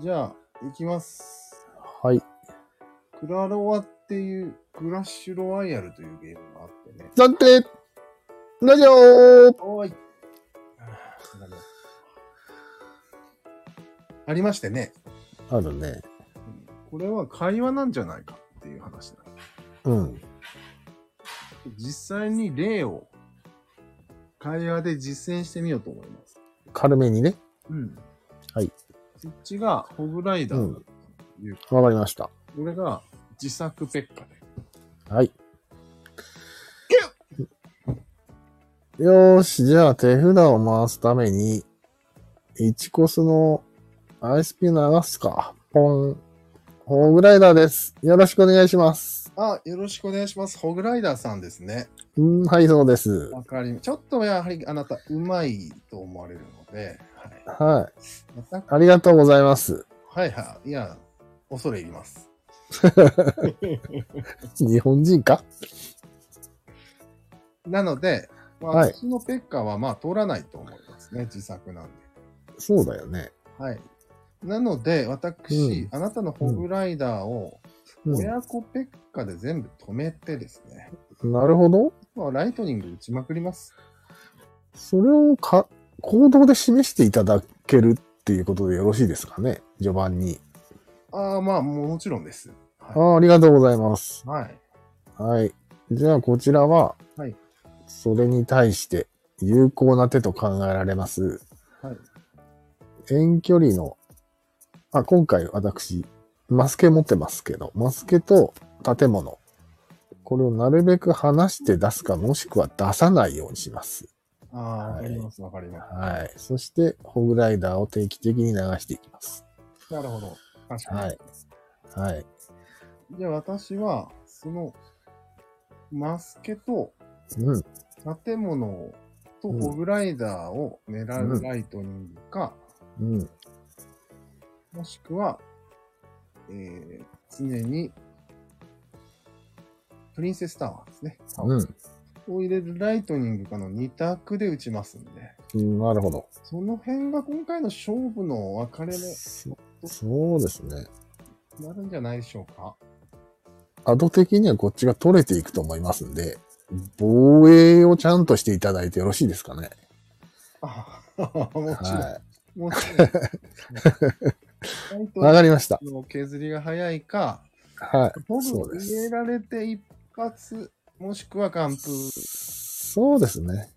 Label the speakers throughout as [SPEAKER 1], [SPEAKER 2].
[SPEAKER 1] じゃあ、いきます。
[SPEAKER 2] はい。
[SPEAKER 1] クラロワっていう、クラッシュロワイヤルというゲームがあってね。
[SPEAKER 2] 暫定ラジオ
[SPEAKER 1] おーい。あーなんだねありましてね、
[SPEAKER 2] あるね。
[SPEAKER 1] うんこれは会話なんじゃないかっていう話だ。
[SPEAKER 2] うん。
[SPEAKER 1] 実際に例を会話で実践してみようと思います。
[SPEAKER 2] 軽めにね。
[SPEAKER 1] うん。
[SPEAKER 2] はい。
[SPEAKER 1] そっちがホグライダ
[SPEAKER 2] う
[SPEAKER 1] ー
[SPEAKER 2] ん。
[SPEAKER 1] という、
[SPEAKER 2] わかりました。
[SPEAKER 1] 俺が自作ペッカで。
[SPEAKER 2] はい。よーし、じゃあ手札を回すために、1コスのアイスピナー流すか。ポン。ホーグライダーです。よろしくお願いします。
[SPEAKER 1] あ、よろしくお願いします。ホグライダーさんですね。
[SPEAKER 2] うん、はい、そうです。
[SPEAKER 1] わかりちょっとやはりあなた、うまいと思われるので、はい。
[SPEAKER 2] はい。
[SPEAKER 1] また
[SPEAKER 2] ありがとうございます。
[SPEAKER 1] はいはい。いや、恐れ入ります。
[SPEAKER 2] 日本人か
[SPEAKER 1] なので、まあ、
[SPEAKER 2] はい
[SPEAKER 1] 私のペッカはまあ通らないと思いますね。自作なんで。
[SPEAKER 2] そうだよね。
[SPEAKER 1] はい。なので、私、
[SPEAKER 2] うん
[SPEAKER 1] あなたのホグライダーを
[SPEAKER 2] う
[SPEAKER 1] 親子ペッカで全部止めてですね、
[SPEAKER 2] ん、なるほど。
[SPEAKER 1] まあライトニング打ちまくります。
[SPEAKER 2] それをか行動で示していただけるっていうことでよろしいですかね序盤に。
[SPEAKER 1] ああ、まあ、もちろんです。
[SPEAKER 2] あーありがとうございます。
[SPEAKER 1] はい。
[SPEAKER 2] はい。じゃあこちらは、
[SPEAKER 1] はい
[SPEAKER 2] それに対して有効な手と考えられます。
[SPEAKER 1] はい。
[SPEAKER 2] 遠距離の、あ、今回私、マスケ持ってますけど、マスケと建物。これをなるべく離して出すか、もしくは出さないようにします。
[SPEAKER 1] ああ、わ
[SPEAKER 2] はい
[SPEAKER 1] かります、わかりま
[SPEAKER 2] はい。そして、ホグライダーを定期的に流していきます。
[SPEAKER 1] す。なるほど。確かに。
[SPEAKER 2] はいはい。
[SPEAKER 1] じゃあ、私は、その、マスケと
[SPEAKER 2] うん。
[SPEAKER 1] 建物をと
[SPEAKER 2] うん
[SPEAKER 1] ホグライダーを狙うライトニングか、
[SPEAKER 2] うん。
[SPEAKER 1] もしくは、えー、常に、プリンセスタワーですね。
[SPEAKER 2] うん。
[SPEAKER 1] を入れるライトニングかの2択で打ちますんで。
[SPEAKER 2] うんなるほど。
[SPEAKER 1] その辺が今回の勝負の分かれ
[SPEAKER 2] そそうですね。
[SPEAKER 1] 目になるんじゃないでしょうか。
[SPEAKER 2] アド的にはこっちが取れていくと思いますんで、防衛をちゃんとしていただいてよろしいですかね。
[SPEAKER 1] あもちろん、
[SPEAKER 2] は
[SPEAKER 1] もち ろん。ライ
[SPEAKER 2] い。わ
[SPEAKER 1] ト
[SPEAKER 2] かりました。
[SPEAKER 1] ニングの削りが早いか、
[SPEAKER 2] は
[SPEAKER 1] ほ
[SPEAKER 2] い。そう
[SPEAKER 1] ぼ
[SPEAKER 2] で
[SPEAKER 1] 入れ
[SPEAKER 2] す。
[SPEAKER 1] られて一発、もしくは完封、
[SPEAKER 2] そうですね。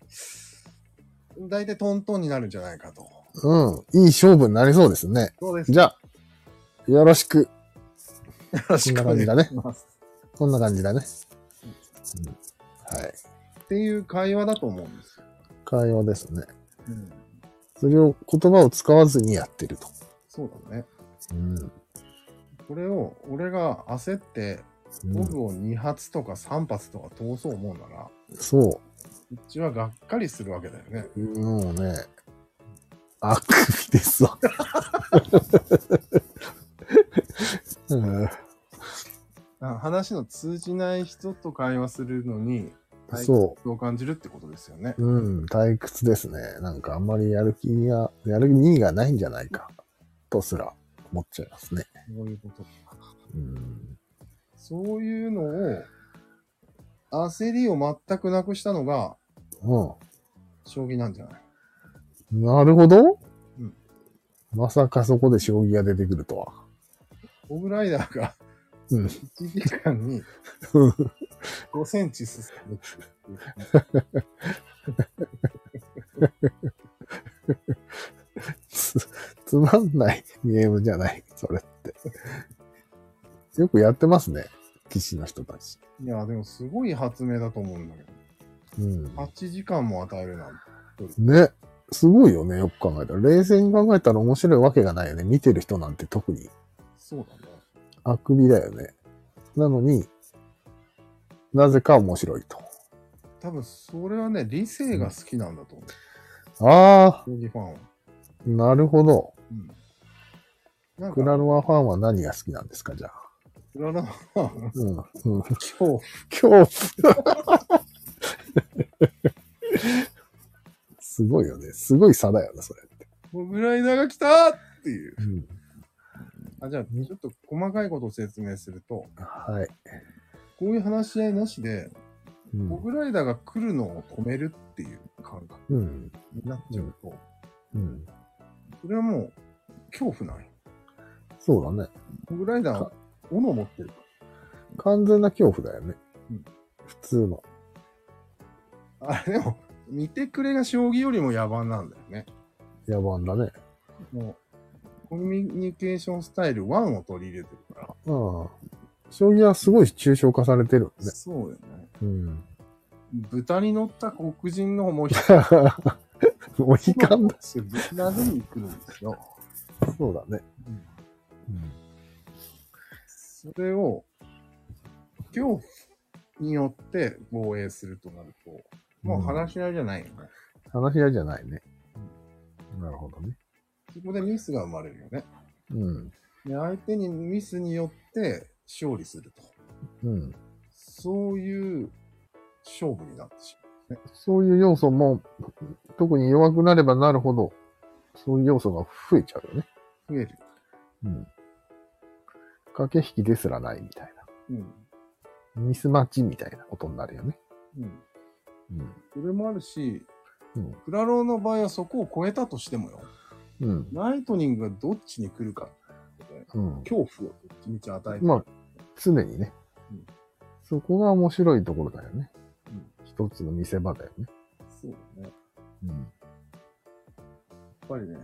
[SPEAKER 1] 大体トントンになるんじゃないかと。
[SPEAKER 2] うん。いい勝負になりそうですね。
[SPEAKER 1] そうです。
[SPEAKER 2] じゃあ、よろしく。
[SPEAKER 1] よろしくお願いします。
[SPEAKER 2] こんな感じだね。うん、はい。
[SPEAKER 1] っていう会話だと思うんですよ。
[SPEAKER 2] 会話ですね。
[SPEAKER 1] うん、
[SPEAKER 2] それを言葉を使わずにやってると。
[SPEAKER 1] そうだね。
[SPEAKER 2] うん。
[SPEAKER 1] これを、俺が焦って、
[SPEAKER 2] う
[SPEAKER 1] ボ
[SPEAKER 2] ん、
[SPEAKER 1] ブを2発とか3発とか通そう思うなら、
[SPEAKER 2] そう
[SPEAKER 1] ちはがっかりするわけだよね。
[SPEAKER 2] う。もうね、あくびですわ。 うん
[SPEAKER 1] あ話の通じない人と会話するのに、
[SPEAKER 2] そ
[SPEAKER 1] そう感じるってことですよね。
[SPEAKER 2] う。うん、退屈ですね。なんかあんまりやる気が、やる意味がないんじゃないか、とすら思っちゃいますね。
[SPEAKER 1] そういうこと。
[SPEAKER 2] うん、
[SPEAKER 1] そういうのを、焦りを全くなくしたのが、
[SPEAKER 2] う
[SPEAKER 1] 将棋なんじゃない
[SPEAKER 2] ん。なるほど、
[SPEAKER 1] うん
[SPEAKER 2] まさかそこで将棋が出てくるとは。
[SPEAKER 1] オブライダーが
[SPEAKER 2] うん
[SPEAKER 1] 1時間に
[SPEAKER 2] うん
[SPEAKER 1] 5センチ進むっていう。
[SPEAKER 2] つ、 つまんないゲームじゃない、それって。よくやってますね、棋士の人たち。
[SPEAKER 1] いや、でもすごい発明だと思うんだけど。
[SPEAKER 2] うん。
[SPEAKER 1] 8時間も与えるなんて。
[SPEAKER 2] ね。すごいよね、よく考えたら。冷静に考えたら面白いわけがないよね。見てる人なんて特に
[SPEAKER 1] そうだね。
[SPEAKER 2] あくびだよね。なのに、なぜか面白いと。
[SPEAKER 1] 多分それはね、理性が好きなんだと思う。
[SPEAKER 2] ああ、
[SPEAKER 1] 将棋ファンは。
[SPEAKER 2] なるほど。
[SPEAKER 1] うん。なんか、
[SPEAKER 2] ク
[SPEAKER 1] ク
[SPEAKER 2] ラ
[SPEAKER 1] ラ
[SPEAKER 2] ロワファンは何が好きなんですか、じゃあ。
[SPEAKER 1] ラのファン、
[SPEAKER 2] うん。うん、
[SPEAKER 1] 今日、
[SPEAKER 2] 今日。すごいよね。すごい差だよね、それ。
[SPEAKER 1] モグライダーが来たっていう。
[SPEAKER 2] うん
[SPEAKER 1] あ、じゃあ、ちょっと細かいことを説明すると、
[SPEAKER 2] はい。
[SPEAKER 1] こういう話し合いなしで、
[SPEAKER 2] うん
[SPEAKER 1] モ。グライダーが来るのを止めるっていう感覚
[SPEAKER 2] うん。
[SPEAKER 1] になっちゃうと、
[SPEAKER 2] うん。
[SPEAKER 1] それはもう、恐怖ない。
[SPEAKER 2] そうだね。
[SPEAKER 1] モグライダーは斧持ってるか
[SPEAKER 2] 完全な恐怖だよね。
[SPEAKER 1] うん
[SPEAKER 2] 普通の。
[SPEAKER 1] ら。あれでも、見てくれが将棋よりも野蛮なんだよね。
[SPEAKER 2] 野蛮だね。
[SPEAKER 1] もう、コミュニケーションスタイル1を取り入れてるから。
[SPEAKER 2] ああ。将棋はすごい抽象化されてるね。
[SPEAKER 1] そうよね。
[SPEAKER 2] うん。
[SPEAKER 1] 豚に乗った黒人のもう一人
[SPEAKER 2] モヒ カンだ。
[SPEAKER 1] ぶち殴りに来るんですよ。
[SPEAKER 2] そうだね。
[SPEAKER 1] それを、恐怖によって防衛するとなると、もう話し合いじゃないよね。
[SPEAKER 2] 話し合いじゃないね。なるほどね。
[SPEAKER 1] そこでミスが生まれるよね。
[SPEAKER 2] うん。
[SPEAKER 1] で、相手にミスによって勝利すると。
[SPEAKER 2] うん。
[SPEAKER 1] そういう勝負になってしま
[SPEAKER 2] そういう要素も、特に弱くなればなるほど、そういう要素が増えちゃうよね。
[SPEAKER 1] う。増える。
[SPEAKER 2] うん。駆け引きですらないみたい
[SPEAKER 1] うん。
[SPEAKER 2] な。ミスマッチみたいなことになるよね。
[SPEAKER 1] うん。
[SPEAKER 2] うん。
[SPEAKER 1] それもあるし、
[SPEAKER 2] うん
[SPEAKER 1] クラローの場合はそこを超えたとしてもよ。
[SPEAKER 2] うん。
[SPEAKER 1] ライトニングがどっちに来るかっていう
[SPEAKER 2] うん。
[SPEAKER 1] 恐怖をどっちみち与えてる
[SPEAKER 2] まあ、常にね
[SPEAKER 1] うん。
[SPEAKER 2] そこが面白いところだよね
[SPEAKER 1] うん。
[SPEAKER 2] 一つの見せ場だよね。
[SPEAKER 1] そうだね。やっ
[SPEAKER 2] うん。
[SPEAKER 1] ぱりね、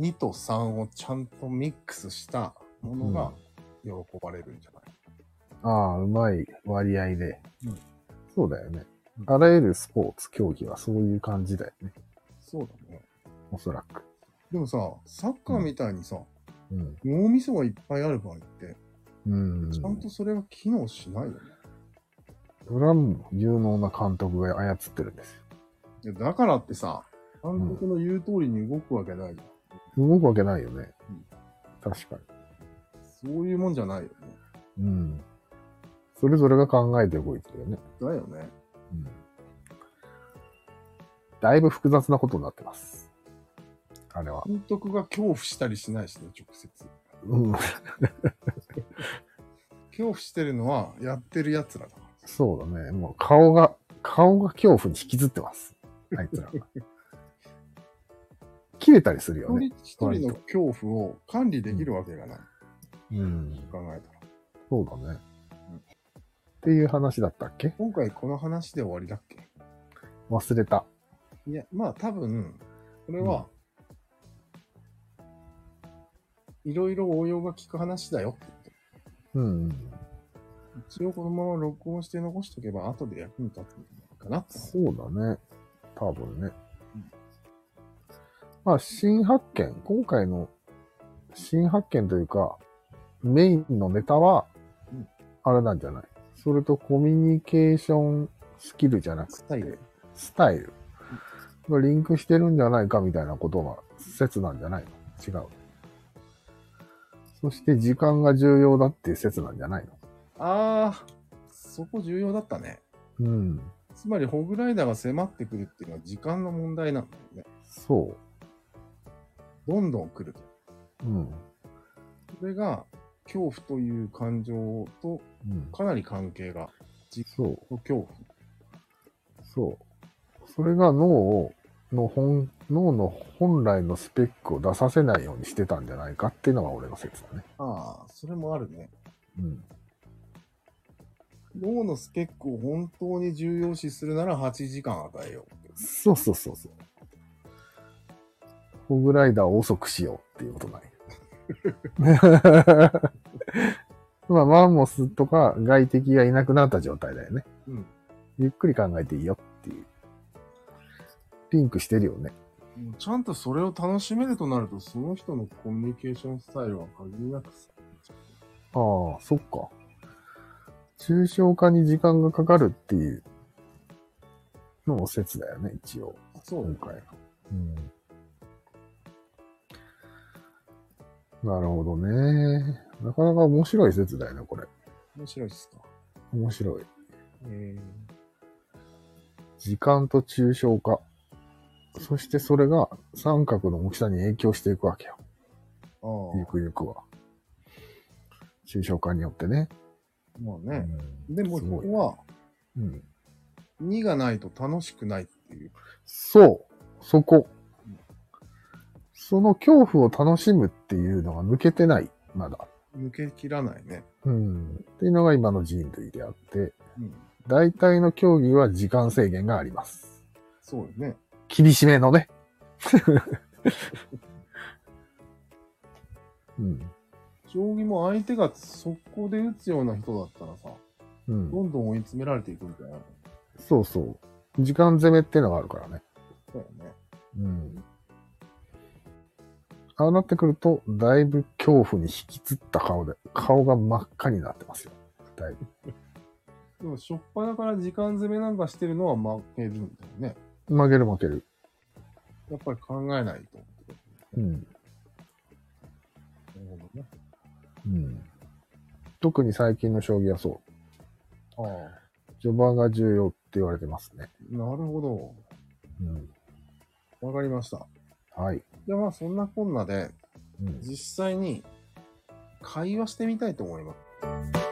[SPEAKER 1] 2と3をちゃんとミックスしたものが喜ばれるんじゃない、
[SPEAKER 2] ああ、うまい割合で。
[SPEAKER 1] うん
[SPEAKER 2] そうだよね。
[SPEAKER 1] うん
[SPEAKER 2] あらゆるスポーツ、競技はそういう感じだよね。
[SPEAKER 1] そうだね。
[SPEAKER 2] おそらく。
[SPEAKER 1] でもさ、サッカーみたいにさ、
[SPEAKER 2] うん。
[SPEAKER 1] 脳みそがいっぱいある場合って、
[SPEAKER 2] うん。
[SPEAKER 1] ちゃんとそれが機能しないよね。
[SPEAKER 2] それはもう有能な監督が操ってるんですよ。
[SPEAKER 1] いやだからってさ、監督の言う通りに動くわけないじゃん。
[SPEAKER 2] 動くわけないよね
[SPEAKER 1] うん。
[SPEAKER 2] 確か
[SPEAKER 1] そういうもんじゃないよね。
[SPEAKER 2] に。うん。それぞれが考えて動いてるよね。
[SPEAKER 1] だよね。
[SPEAKER 2] うん。だいぶ複雑なことになってます。あれは。
[SPEAKER 1] 監督が恐怖したりしないしね、直接。
[SPEAKER 2] うん。
[SPEAKER 1] 恐怖してるのはやってる奴らだから。
[SPEAKER 2] そうだね。もう顔が、顔が恐怖に引きずってます。あいつら。 切れたりするよね。
[SPEAKER 1] 一人一人の恐怖を管理できるわけがない。
[SPEAKER 2] うん。
[SPEAKER 1] 考えたら。
[SPEAKER 2] そうだね
[SPEAKER 1] うん。
[SPEAKER 2] っていう話だったっけ
[SPEAKER 1] 今回この話で終わりだっけ
[SPEAKER 2] 忘れた。
[SPEAKER 1] いや、まあ多分、これは、いろいろ応用が効く話だよってこと。
[SPEAKER 2] うん。
[SPEAKER 1] 一応このまま録音して残しとけば後で役に立つんじゃないかなって。
[SPEAKER 2] そうだね。多分
[SPEAKER 1] う
[SPEAKER 2] ね
[SPEAKER 1] ん。
[SPEAKER 2] まあ、新発見。今回の新発見というか、メインのネタは
[SPEAKER 1] うん、
[SPEAKER 2] あれなんじゃないそれとコミュニケーションスキルじゃなくて
[SPEAKER 1] スタイル。
[SPEAKER 2] スタイルがリンクしてるんじゃないかみたいなことが説なんじゃないの違う。そして時間が重要だっていう説なんじゃないの
[SPEAKER 1] ああ、そこ重要だったね。
[SPEAKER 2] うん。
[SPEAKER 1] つまりホグライダーが迫ってくるっていうのは時間の問題なんだよね。
[SPEAKER 2] そ
[SPEAKER 1] どんどん来ると。
[SPEAKER 2] う。うん。
[SPEAKER 1] それが恐怖という感情と
[SPEAKER 2] うん。
[SPEAKER 1] かなり関係が、
[SPEAKER 2] そう。
[SPEAKER 1] 恐怖。
[SPEAKER 2] そう。それが脳を、の本、脳の本来のスペックを出させないようにしてたんじゃないかっていうのが俺の説だね。
[SPEAKER 1] ああ、それもあるね。
[SPEAKER 2] うん。
[SPEAKER 1] 脳のスペックを本当に重要視するなら8時間与えよう。
[SPEAKER 2] そうそうそうそう。ホグライダーを遅くしようっていう ことない。まあ、マンモスとか外敵がいなくなった状態だよね。
[SPEAKER 1] うん。
[SPEAKER 2] ゆっくり考えていいよっていう。リンクしてるよね。
[SPEAKER 1] ちゃんとそれを楽しめるとなると、その人のコミュニケーションスタイルは限りなくさ。
[SPEAKER 2] ああ、そっか。抽象化に時間がかかるっていうのも説だよね、一応。
[SPEAKER 1] そ
[SPEAKER 2] 今回の。うん。なるほどね。なかなか面白い説だよね、これ。
[SPEAKER 1] 面白いっすか。
[SPEAKER 2] 面白い。
[SPEAKER 1] え
[SPEAKER 2] 時間と抽象化。そしてそれが三角の大きさに影響していくわけよ。
[SPEAKER 1] ー、あ
[SPEAKER 2] ゆくゆくは。抽象化によってね。
[SPEAKER 1] あ、まあね。
[SPEAKER 2] うん
[SPEAKER 1] でも、
[SPEAKER 2] す
[SPEAKER 1] こ
[SPEAKER 2] ごい
[SPEAKER 1] こは、
[SPEAKER 2] うん。
[SPEAKER 1] 2がないと楽しくないっていう。
[SPEAKER 2] そう。そこ。その恐怖を楽しむっていうのが抜けてない。まだ。
[SPEAKER 1] 抜けきらないね。
[SPEAKER 2] うん。っていうのが今の人類であって、
[SPEAKER 1] うん。
[SPEAKER 2] 大体の競技は時間制限があります。
[SPEAKER 1] そうよね。
[SPEAKER 2] 厳しめのね。 うん。
[SPEAKER 1] 将棋も相手が速攻で打つような人だったらさ、
[SPEAKER 2] うん。
[SPEAKER 1] どんどん追い詰められていくんじゃないの
[SPEAKER 2] そうそう。時間攻めってのがあるからね。
[SPEAKER 1] そうよね。
[SPEAKER 2] うん。ああなってくると、だいぶ恐怖に引きつった顔で、顔が真っ赤になってますよ。だい
[SPEAKER 1] でも、しょっぱなから時間攻めなんかしてるのは負けるんだよね。
[SPEAKER 2] ぶ。曲げる負ける。
[SPEAKER 1] やっぱり考えないと。
[SPEAKER 2] うん。
[SPEAKER 1] なるほどね。
[SPEAKER 2] うん。特に最近の将棋はそ
[SPEAKER 1] ああ、
[SPEAKER 2] う。序盤が重要って言われてますね。
[SPEAKER 1] なるほ
[SPEAKER 2] うん。
[SPEAKER 1] ど。わかりました。
[SPEAKER 2] はい。
[SPEAKER 1] じゃあまあそんなこんなで、
[SPEAKER 2] うん
[SPEAKER 1] 実際に会話してみたいと思います。